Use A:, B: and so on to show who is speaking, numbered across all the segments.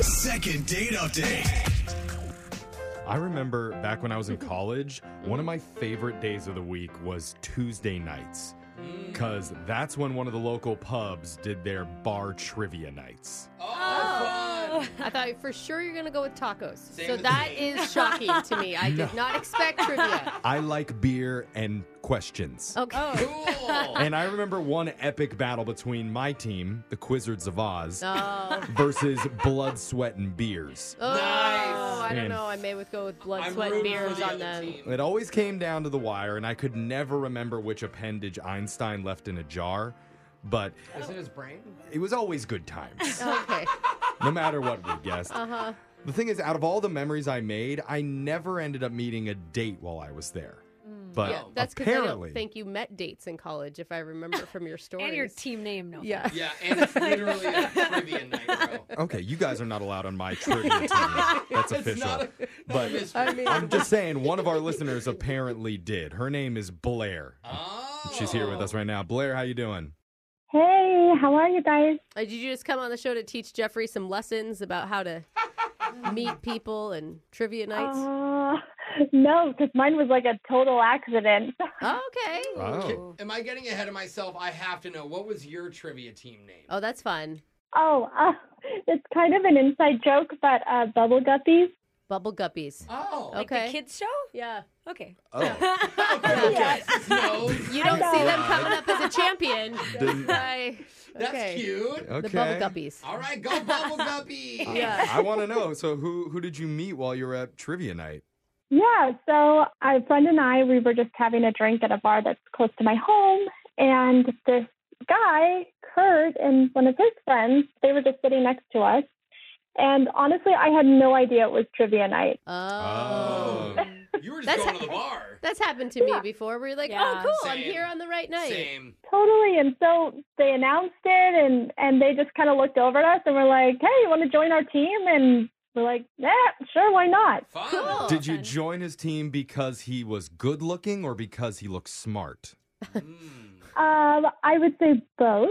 A: Second date update.
B: I remember back when I was in college, one of my favorite days of the week was Tuesday nights. Because that's when one of the local pubs did their bar trivia nights.
C: I thought for sure you're going to go with tacos. so
D: as
C: that
D: me.
C: is shocking to me. I did not expect trivia.
B: I like beer and questions.
C: Okay. Oh.
B: And I remember one epic battle between my team, the Quizzards of Oz, versus Blood, Sweat, and Beers.
C: Oh, I don't
B: Man.
C: know. I may with go with blood,
D: I'm
C: sweat, and
D: rooting for
C: beers
D: the
C: on
D: other
C: them.
D: team.
B: It always came down to the wire, and I could never remember which appendage Einstein left in a jar, but
E: Is it his brain?
B: it was always good times,
C: Okay.
B: no matter what we guessed. Uh-huh. The thing is, out of all the memories I made, I never ended up meeting a date while I was there. But
C: Mm. Yeah, that's because I
B: Oh, apparently,
C: don't think you met dates in college, if I remember from your story.
F: And your team name, no.
C: Yeah.
D: Yeah, and it's literally a trivia night, bro.
B: okay, you guys are not allowed on my trivia team. That's official. but
D: I
B: I'm just saying, one of our listeners apparently did. Her name is Blair.
D: Oh.
B: She's here with us right now. Blair, how you doing?
G: Hey, how are you guys?
C: Uh, Did you just come on the show to teach Jeffrey some lessons about how to meet people and trivia nights?
G: Uh, no, because mine was like a total accident.
C: okay.
B: Oh.
D: Am I getting ahead of myself? I have to know what was your trivia team name?
C: Oh, that's fun.
G: Oh, uh, it's kind of an inside joke, but uh, bubble guppies.
C: Bubble guppies.
D: Oh.
F: Like
C: Okay.
F: the kids show?
C: Yeah.
F: Okay.
B: Oh.
D: Okay. No,
C: You don't
G: know.
C: see them coming up as a champion.
B: Didn't-
C: I-
D: that's
C: okay.
D: cute.
B: Okay.
C: The bubble guppies.
D: All right, go bubble guppy.
C: Yeah.
B: I want to know. So who who did you meet while you were at trivia night?
G: Yeah, so a friend and I, we were just having a drink at a bar that's close to my home, and this guy, Kurt, and one of his friends, they were just sitting next to us. And honestly, I had no idea it was trivia night.
C: Oh.
D: You were just
C: That's-
D: going to the bar.
C: That's happened to me before. Where you're like,
F: Yeah.
C: oh, cool, I'm
D: Same.
C: here on the right night.
D: Same.
G: Totally. And so they announced it, and and they just kind of looked over at us and were like, "Hey, you want to join our team?" And we're like, "Yeah, sure, why not?"
D: Fun.
C: Cool.
B: Did you join his team because he was good looking or because he looked smart?
D: Mm.
G: Um, I would say both.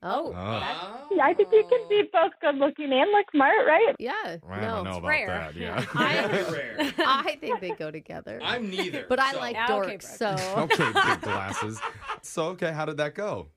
C: Oh,
B: Oh.
G: Yeah, I think you can be both good-looking and look smart, right?
C: yeah.
B: I
C: no.
B: don't know about
F: rare.
B: that. Yeah.
D: Very
C: I,
D: rare.
C: I think they go together.
D: I'm neither.
C: but I
D: so-
C: like
F: Yeah, okay,
C: dorks,
F: Brooke.
B: okay,
C: so.
B: big glasses. So okay, how did that go?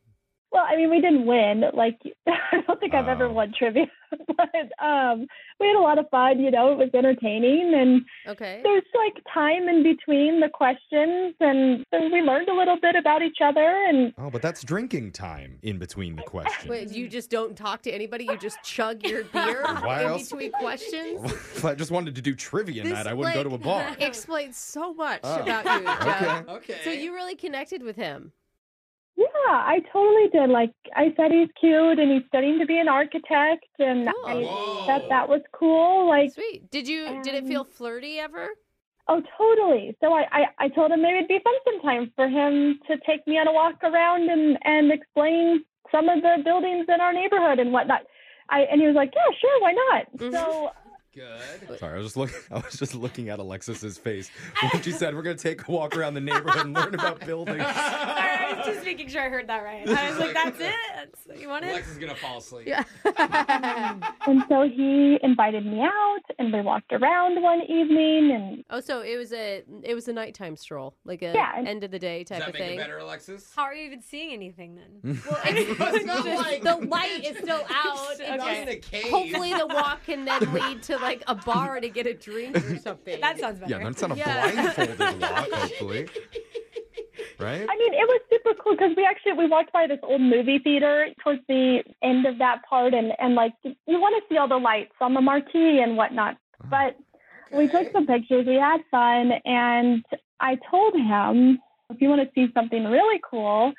G: Well, I mean, we didn't win. Like, I don't think I've ever
B: Oh.
G: won trivia, but um, we had a lot of fun. You know, it was entertaining, and
C: Okay.
G: there's like time in between the questions, and so we learned a little bit about each other. And
B: Oh, but that's drinking time in between the questions.
C: Wait, you just don't talk to anybody. You just chug your beer
B: Why
C: in
B: else-
C: between questions.
B: if I just wanted to do trivia
C: This,
B: night, I wouldn't go to a
C: like,
B: bar.
C: Explains so much
B: Oh.
C: about you, Jeff.
B: Okay.
D: Okay.
C: So you really connected with him.
G: yeah, I totally did. Like, I said he's cute, and he's studying to be an architect, and
C: Cool.
G: I
D: Whoa.
G: thought that was cool. Like,
C: Sweet. Did you? did it
G: Um,
C: feel flirty ever?
G: Oh, totally. So I, I, I told him maybe it'd be fun sometime for him to take me on a walk around and, and explain some of the buildings in our neighborhood and whatnot. I, and he was like, yeah, sure, why not?
C: Mhm.
G: So
D: Good.
B: Sorry, I was just looking. I was just looking at Alexis's face when she said, "We're going to take a walk around the neighborhood and learn about buildings."
F: Sorry, I was just making sure I heard that right. I was like, that's it? That's what you wanted?
D: Lex is gonna fall asleep.
C: Yeah.
G: and so he invited me out, and we walked around one evening, and
C: oh, so it was a it was a nighttime stroll, like a
G: Yeah, and-
C: end of the day
D: Does
C: type
D: that
C: of
D: make
C: thing.
D: it better, Alexis?
F: How are you even seeing anything then?
D: It's not like-
C: the light is still out.
D: It's not
F: Okay.
D: in a cave.
C: Hopefully, the walk can then lead to like a bar to get a drink or something.
F: That sounds better.
B: Yeah, that's not a
C: Yeah.
B: blindfolded walk, hopefully. Right?
G: I mean, it was super cool because we actually we walked by this old movie theater towards the end of that part, and and like you want to see all the lights on the marquee and whatnot, but We took some pictures, we had fun, and I told him, if you want to see something really cool,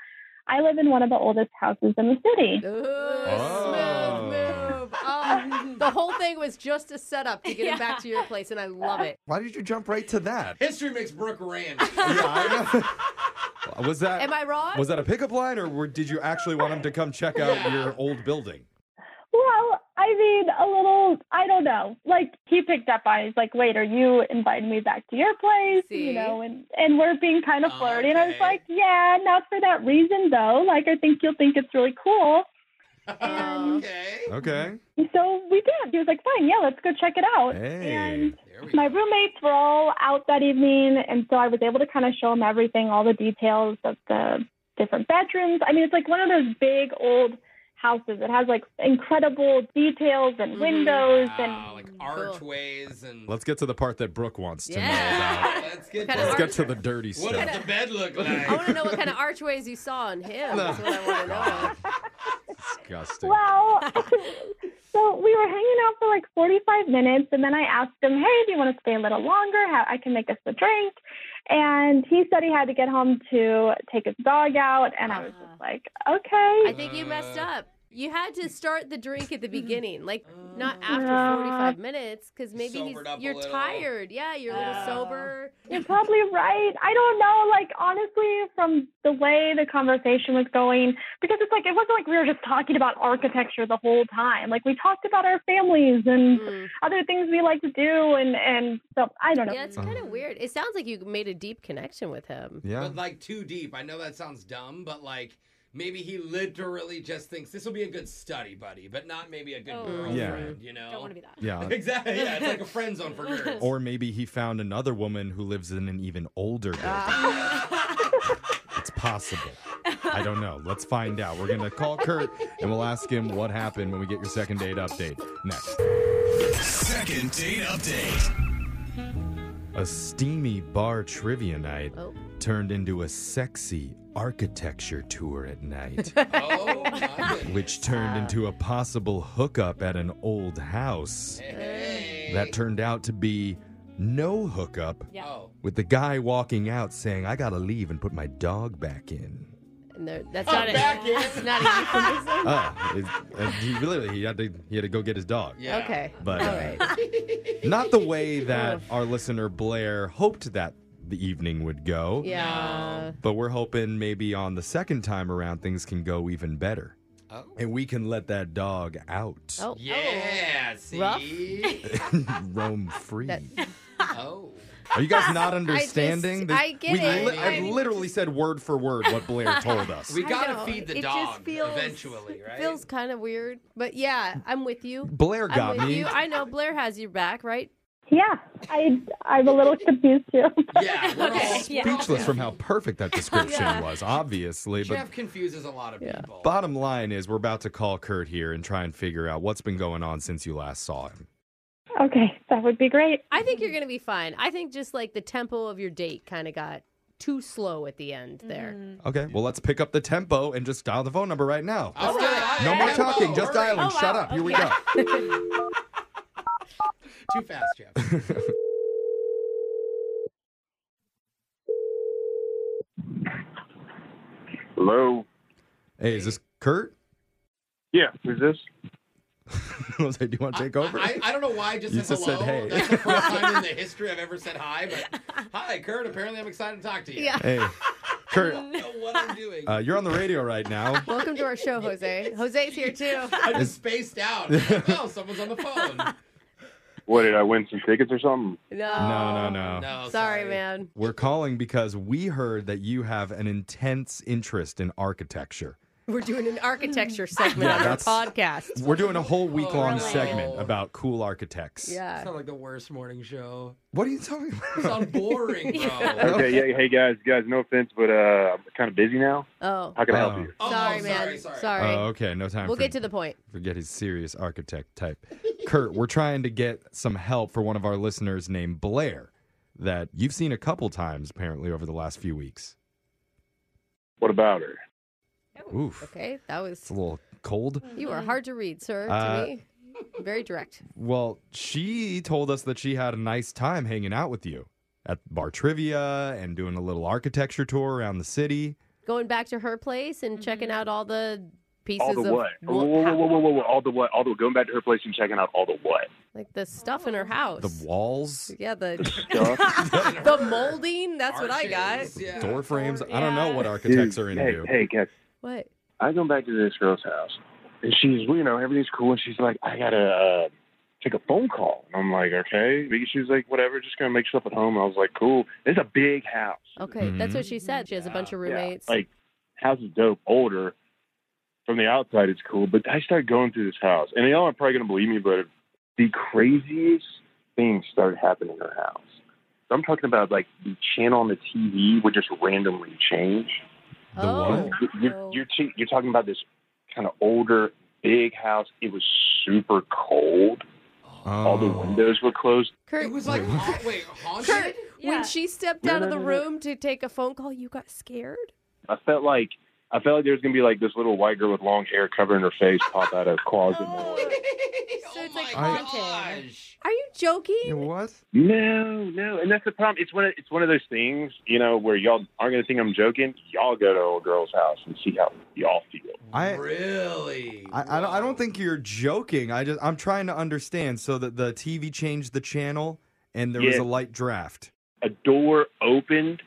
G: I live in one of the oldest houses in the city.
C: Ooh, smooth move. Oh, the whole thing was just a setup to get him back to your place, and I love it.
B: Why did you jump right to that?
D: History makes Brooke Rand.
B: Yeah, I know. Was that
C: Am I wrong?
B: was that a pickup line, or were, did you actually want him to come check out your old building?
G: Well, I mean, a little, I don't know. Like, he picked up on it. He's like, wait, are you inviting me back to your place?
C: See?
G: You know, and, and we're being kind of flirty. And I was
D: Okay.
G: like, yeah, not for that reason, though. Like, I think you'll think it's really cool. And
D: Okay.
B: Okay.
G: so we did. He was like, fine, yeah, let's go check it out.
C: Mm-hmm.
B: Hey.
G: And
D: There we
G: my
D: go.
G: roommates were all out that evening. And so I was able to kind of show them everything, all the details of the different bedrooms. I mean, it's like one of those big old houses. It has like incredible details and
C: Mhm.
G: windows
D: Mm-hmm. Wow,
G: and
D: Ah, like archways and.
B: Let's get to the part that Brooke wants to know about.
C: Yeah.
D: Let's get.
C: What kind
B: Let's
C: of
D: to-
B: get to the dirty
D: What
B: stuff.
D: does the bed look
C: I want
D: like?
C: to know what kind of archways you saw on him. That's what I want to know.
B: God. Disgusting.
G: Well, so we were hanging out for like 45 minutes, and then I asked him, "Hey, do you want to stay a little longer? How I can make us a drink?" And he said he had to get home to take his dog out, and I was just like,
C: Uh-huh. I
G: "Okay."
C: think you messed
D: Uh.
C: up. You had to start the drink at the beginning, like not
D: Mm.
C: after
G: Uh.
C: 45 minutes, because maybe he's,
D: Sobered up a
C: you're
D: little.
C: tired. Yeah, you're a little
F: Oh.
C: sober.
G: You're probably right. I don't know, like honestly, from the way the conversation was going, because it's like it wasn't like we were just talking about architecture the whole time. Like we talked about our families and
C: Mm.
G: other things we like to do, and and so I don't know.
C: Yeah, it's kind of weird. It sounds like you made a deep connection with him.
B: yeah.
D: But like too deep. I know that sounds dumb, but like maybe he literally just thinks this will be a good study buddy, but not maybe a good
F: Oh.
B: Yeah.
D: girlfriend. You know.
F: Don't want to be that.
B: Yeah.
D: Exactly. Yeah, it's like a friend zone for nerds.
B: Or maybe he found another woman who lives in an even older building. it's possible. I don't know. Let's find out. We're going to call Kurt and we'll ask him what happened when we get your second date update next.
A: Second date update.
B: A steamy bar trivia night
C: Oh.
B: turned into a sexy architecture tour at night,
D: oh my goodness.
B: which turned into a possible hookup at an old house.
D: Hey.
B: That turned out to be no hookup,
F: Yeah.
D: Oh.
B: with the guy walking out saying, I gotta leave and put my dog back in.
C: And there- that's not a,
D: Oh, back in.
C: that's not a euphemism.
B: Oh, it- uh, he literally he had to he had to go get his dog.
D: Yeah.
C: Okay.
B: But
C: All
B: uh,
C: right.
B: not the way that our listener Blair hoped that the evening would go.
C: Yeah.
B: But we're hoping maybe on the second time around things can go even better.
D: Oh.
B: And we can let that dog out.
C: Oh.
D: Yeah. See.
B: Roam free.
C: That-
D: Oh.
B: Are you guys not understanding?
C: just-
B: This-
C: I get
B: we
C: it.
B: li- I
D: I'm-
B: literally said word for word what Blair told us.
D: We
C: I
D: gotta
C: know.
D: feed the
C: It
D: dog
C: just feels-
D: eventually, right?
C: Feels kind of weird, but yeah, I'm with you.
B: Blair
C: I'm
B: got
C: with
B: me.
C: you. I know Blair has your back, right?
G: Yeah, I I'm a little confused too.
D: yeah. We're all
F: Okay, yeah.
B: speechless from how perfect that description
C: Yeah.
B: was, obviously. But
D: Jeff confuses a lot of people.
B: bottom line is, we're about to call Kurt here and try and figure out what's been going on since you last saw him.
G: Okay, that would be great.
C: I think you're gonna be fine. I think just like the tempo of your date kind of got too slow at the end
D: Mm-hmm.
C: there.
B: Okay, well, let's pick up the tempo and just dial the phone number right now.
D: All right.
B: No more talking, just
D: Hurry.
B: dialing.
F: Oh,
B: Shut
F: wow.
B: up. Here we
F: Okay.
B: go.
D: Too fast, Jeff.
E: Hello.
B: Hey, is this Kurt?
E: Yeah, who's this?
B: I was like, do you want to take over?
D: I, I, I don't know why I just
B: You
D: said
B: just
D: hello.
B: said, "Hey."
D: That's the first time in the history I've ever said hi. But hi, Kurt. Apparently, I'm excited to talk to you.
C: Yeah.
B: hey,
D: I
B: Kurt,
D: don't know what I'm doing.
B: uh, you're on the radio right now.
C: Welcome to our show, Jose. Jose's here too.
D: I just spaced out. I'm like, oh, someone's on the phone.
E: What did I win some tickets or something?
C: No.
B: No, no, no.
D: No,
C: Sorry, man.
B: We're calling because we heard that you have an intense interest in architecture.
C: We're doing an architecture segment
B: Yeah,
C: on our
B: that's-
C: podcast.
B: We're doing a whole week long
F: really?
B: segment about cool architects.
C: Oh, Yeah.
D: Sound like the worst morning show.
B: What are you talking
D: It
B: about?
D: sounds boring, bro.
E: Okay, yeah, hey guys, guys, no offense, but uh, I'm kind of busy now.
C: Oh.
E: How can I help
B: Oh.
E: you?
D: Oh,
C: sorry,
D: sorry,
C: man.
D: sorry.
B: Oh, okay. No time
C: We'll
B: for,
C: get to the point.
B: forget his serious architect type. Kurt, we're trying to get some help for one of our listeners named Blair that you've seen a couple times apparently over the last few weeks.
E: What about her?
B: Oof.
C: Oh, Okay. That
B: It's
C: was
B: a little cold.
C: you are hard to read, sir, to
B: Uh,
C: me. Very direct.
B: Well, she told us that she had a nice time hanging out with you at bar trivia and doing a little architecture tour around the city.
C: Going back to her place and checking out all the pieces
E: all the
C: of
E: what? Whoa, whoa, whoa, whoa, whoa, whoa, whoa, all the what? All the going back to her place and checking out all the what?
C: like the stuff in her house.
B: The walls,
C: yeah, the
E: Stuff?
C: the molding. That's what I got.
D: Arches, yeah.
B: door frames.
F: Door-
B: I don't know
F: yeah.
B: what architects are
E: hey,
B: into.
E: hey, guys,
C: What?
E: I go back to this girl's house, and she's, you know, everything's cool, and she's like, I gotta uh, take a phone call, and I'm like, okay. Because She's like, whatever, just gonna make stuff at home. And I was like, cool. It's a big house.
C: Okay, that's what she said. She has a bunch of
E: Yeah,
C: roommates.
E: like house is dope, older. from the outside it's cool, but I start going through this house, and y'all are probably gonna believe me, but the craziest things started happening in her house. So I'm talking about like the channel on the TV would just randomly change.
B: The
C: oh,
B: what?
E: You're you're, t- you're talking about this kind of older, big house. It was super cold. All the
B: Oh.
E: windows were closed.
C: Kurt,
D: It was like, ha- wait, haunted?
C: Kurt,
F: Yeah.
C: when she stepped
E: No,
C: out of
E: no,
C: the
E: no, no.
C: room to take a phone call, you got scared.
E: I felt like I felt like there was gonna be like this little white girl with long hair covering her face pop out of a closet.
D: oh
F: it's
D: my
F: like haunted.
D: gosh.
C: Are you joking?
B: It was?
E: No, no, and that's the problem. It's one of it's one of those things, you know, where y'all aren't gonna think I'm joking. Y'all go to a girl's house and see how y'all feel.
H: I,
D: really?
H: I, I, don't, I don't think you're joking. I just I'm trying to understand. So that the TV changed the channel and there was
E: Yeah.
H: a light draft.
E: A door opened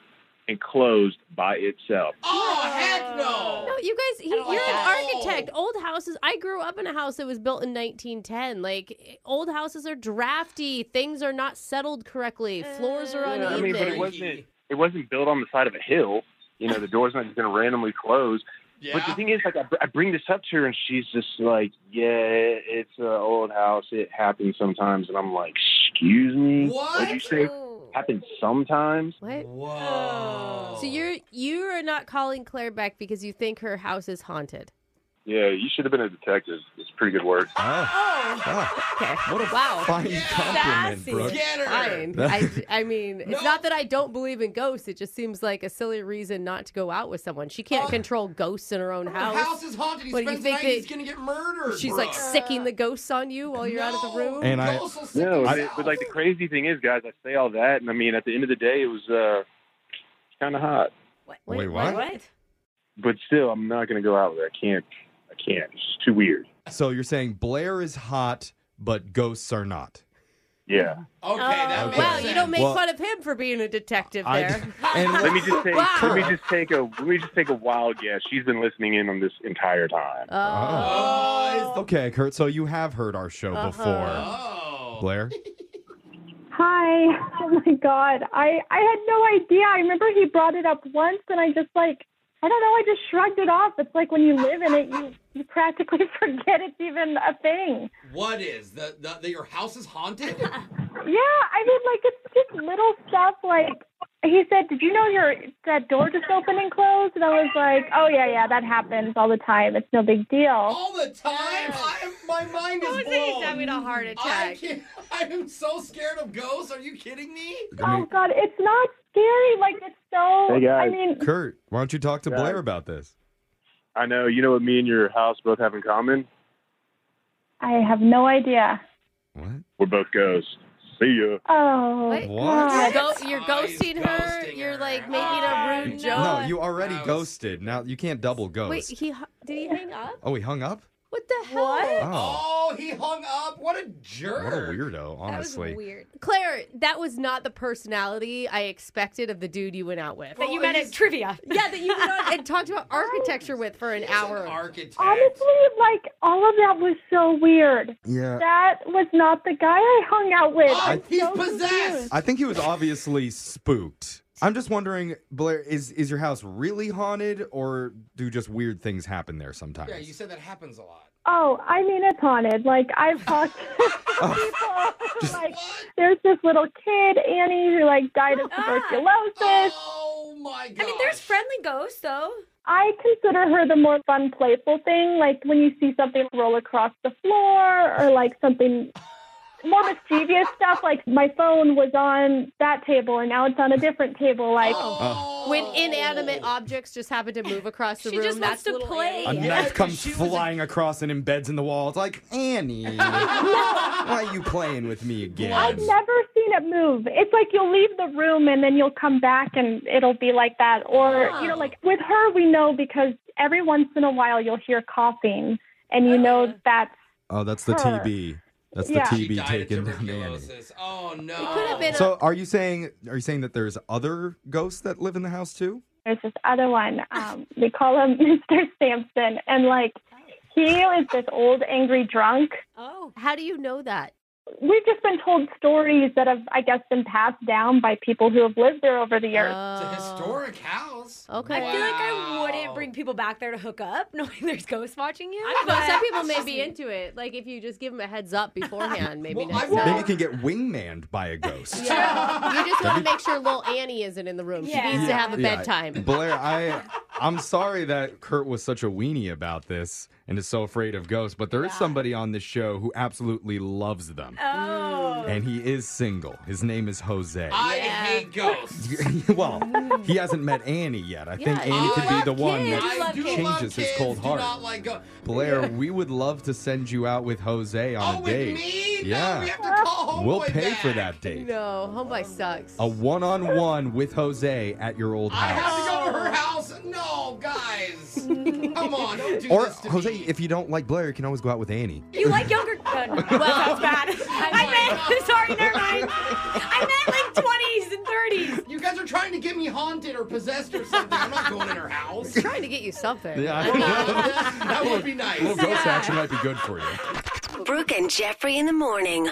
E: and closed by itself.
D: Oh, heck no.
C: No, you guys, he,
F: I
C: you're
F: don't like
D: that.
C: an architect. Old houses. I grew up in a house that was built in 1910. Like old houses are drafty. Things are not settled correctly. Floors are
F: Yeah,
C: uneven.
E: I mean, but it wasn't
D: Freaky.
E: it wasn't built on the side of a hill. You know, the door's not just gonna randomly close.
D: Yeah.
E: But the thing is, like, I, br- I bring this up to her, and she's just like, "Yeah, it's an old house. It happens sometimes." And I'm like, "Excuse me,
D: What?
E: What'd you say happens sometimes?"
C: What?
D: Whoa.
C: So you're you are not calling Claire back because you think her house is haunted.
E: Yeah, you should have been a detective. It's pretty good work.
H: Oh,
F: Oh,
H: what a
B: Oh,
C: Wow.
H: fine
D: Yeah.
H: compliment,
F: Sassy.
H: Brooke.
D: Get her.
C: Fine. I, I mean, it's not that I don't believe in ghosts. It just seems like a silly reason not to go out with someone. She can't
D: Oh.
C: control ghosts in her own
D: The
C: house.
D: house is haunted. He
C: What do you
D: spends the
C: think
D: night. He's
C: that-
D: gonna get murdered.
C: She's
D: bro.
C: like sicking the ghosts on you while you're out of the
D: No.
C: room.
H: And I-
D: Ghosts will sick
E: No, I,
D: themselves.
E: but like the crazy thing is, guys, I say all that, and I mean, at the end of the day, it was uh, kind of hot.
B: Wait, what?
F: what?
E: But still, I'm not gonna go out with her. I can't. I can't. It's just too weird.
B: So you're saying Blair is hot, but ghosts are not.
E: Yeah.
D: Okay, that
F: Oh.
D: makes
C: Wow,
D: sense.
C: you don't make
B: Well-
C: fun of him for being a detective
B: I-
C: there.
B: and
E: Let me just take.
C: Wow.
E: Let me just take a. Let me just take a wild guess. She's been listening in on this entire time.
C: Oh.
D: Oh, it's-
B: Okay, Kurt. So you have heard our show
F: Uh-huh.
B: before,
D: oh.
B: Blair.
G: Hi. Oh my God. I I had no idea. I remember he brought it up once, and I just like I don't know. I just shrugged it off. It's like when you live in it, you you practically forget it's even a thing.
D: What is the, the, the your house is haunted?
G: Yeah. I mean, like it's just little stuff. Like he said, "Did you know your that door just opened and closed?" And I was like, "Oh yeah, yeah. That happens all the time. It's no big deal."
D: All the time. I, my mind is
F: What was it?
D: blown.
F: He's having a heart
D: I
F: attack.
D: can't, I am so scared of ghosts. Are you kidding me?
B: I
G: Oh
B: mean,
G: God, it's not scary. Like it's so.
E: Hey, guys.
G: I mean,
B: Kurt, why don't you talk to
E: Yeah.
B: Blair about this?
E: I know. You know what me and your house both have in common?
G: I have no idea.
B: What?
E: We're both ghosts. See ya.
G: Oh
C: What?
G: God.
C: You're, go- you're
D: Oh, he's
C: ghosting her.
D: ghosting
C: You're
D: her. Oh,
C: like making a rude joke.
B: No, you already
D: That was-
B: ghosted. Now you can't double ghost.
C: Wait, he hu- did he hang up?
B: oh, he hung up.
C: What the hell?
F: What?
B: Oh,
D: Oh, he hung up. What a jerk.
B: what a weirdo. Honestly.
F: That was weird.
C: Claire, that was not the personality I expected of the dude you went out with.
F: That
D: Well,
F: you met
D: he's-
F: at trivia.
C: yeah, that you went out and talked about architecture with for an
D: He's
C: hour.
D: An architect.
G: Honestly, like all of that was so weird.
H: Yeah.
G: That was not the guy I hung out with.
D: Oh,
G: I'm
D: he's
G: so
D: possessed.
G: confused.
H: I think he was obviously spooked. I'm just wondering, Blair, is is your house really haunted, or do just weird things happen there sometimes?
D: Yeah, you said that happens a lot.
G: Oh, I mean it's haunted. Like I've talked to people. like there's this little kid, Annie, who like died of tuberculosis.
D: Oh my god.
F: I mean, there's friendly ghosts though.
G: I consider her the more fun, playful thing. Like when you see something roll across the floor or like something more mischievous stuff. Like my phone was on that table and now it's on a different table. Like
D: Oh.
C: when inanimate objects just happen to move across the
F: She
C: room,
F: just
C: that's
F: wants to
C: little
F: play.
C: Annie.
H: A
F: Yeah,
H: knife
D: but
H: comes
D: she was a-
H: flying across and embeds in the wall. It's like Annie, why are you playing with me again?
G: I've never seen it move. It's like you'll leave the room and then you'll come back and it'll be like that. Or, you know, like with her, we know because every once in a while you'll hear coughing and you know that's
H: oh, that's the
G: Her.
H: TB. That's
G: Yeah.
H: the
D: She
H: TB
D: died of
H: taken down Annie.
D: tuberculosis. Oh no.
C: It could have been
H: So, are you saying are you saying that there's other ghosts that live in the house too?
G: there's this other one. Um, they call him Mr. Sampson. And like, he is this old angry drunk.
F: Oh.
C: How do you know that?
G: we've just been told stories that have, I guess, been passed down by people who have lived there over the years.
D: It's
C: Oh.
D: a historic house.
C: Okay.
F: I feel like I
D: Wow.
F: wouldn't bring people back there to hook up, knowing there's ghosts watching you.
C: I don't know.
F: but-
C: Some people may be into it. Like if you just give them a heads up beforehand, maybe
D: Well,
C: next
D: I've
C: time.
B: Maybe you can get wingmaned by a ghost.
C: Yeah. You just want to make sure little Annie isn't in the room.
F: Yeah.
C: She needs to have a
B: Yeah.
C: bedtime.
B: Blair, I I'm sorry that Kurt was such a weenie about this and is so afraid of ghosts, but there is somebody on this show who absolutely loves them.
F: Oh.
B: And he is single. His name is Jose.
D: I
C: Yeah.
D: hate ghosts.
B: well, he hasn't met Annie yet. I think
C: Yeah,
B: Annie
D: you
B: could be
D: love
B: the one
F: kids.
B: that
D: I
F: love
D: do
F: kids.
D: love
B: changes his
D: kids,
B: cold
D: do
B: heart.
D: Not like ghosts.
B: Blair, we would love to send you out with Jose on
D: Oh,
B: a
D: with
B: date.
D: me?
B: Uh,
D: Oh,
B: Yeah.
D: No, we have to call
B: We'll
D: Homeboy
B: pay for
D: back.
B: that date.
C: No, homeboy sucks.
B: A one-on-one with Jose at your old
D: I have to
B: house.
D: go to her house. No, guys. Come on, don't do
B: Or
D: this to
B: Jose,
D: me.
B: if you don't like Blair, you can always go out with Annie.
F: You like younger? Uh, no, well, that's bad. I meant. Sorry, never mind. I meant like 20s and 30s.
D: you guys are trying to get me haunted or possessed or something, I'm not going in her house.
C: trying to get you something.
D: that would be nice.
B: Ghost action might be good for you.
I: Brooke and Jeffrey in the morning.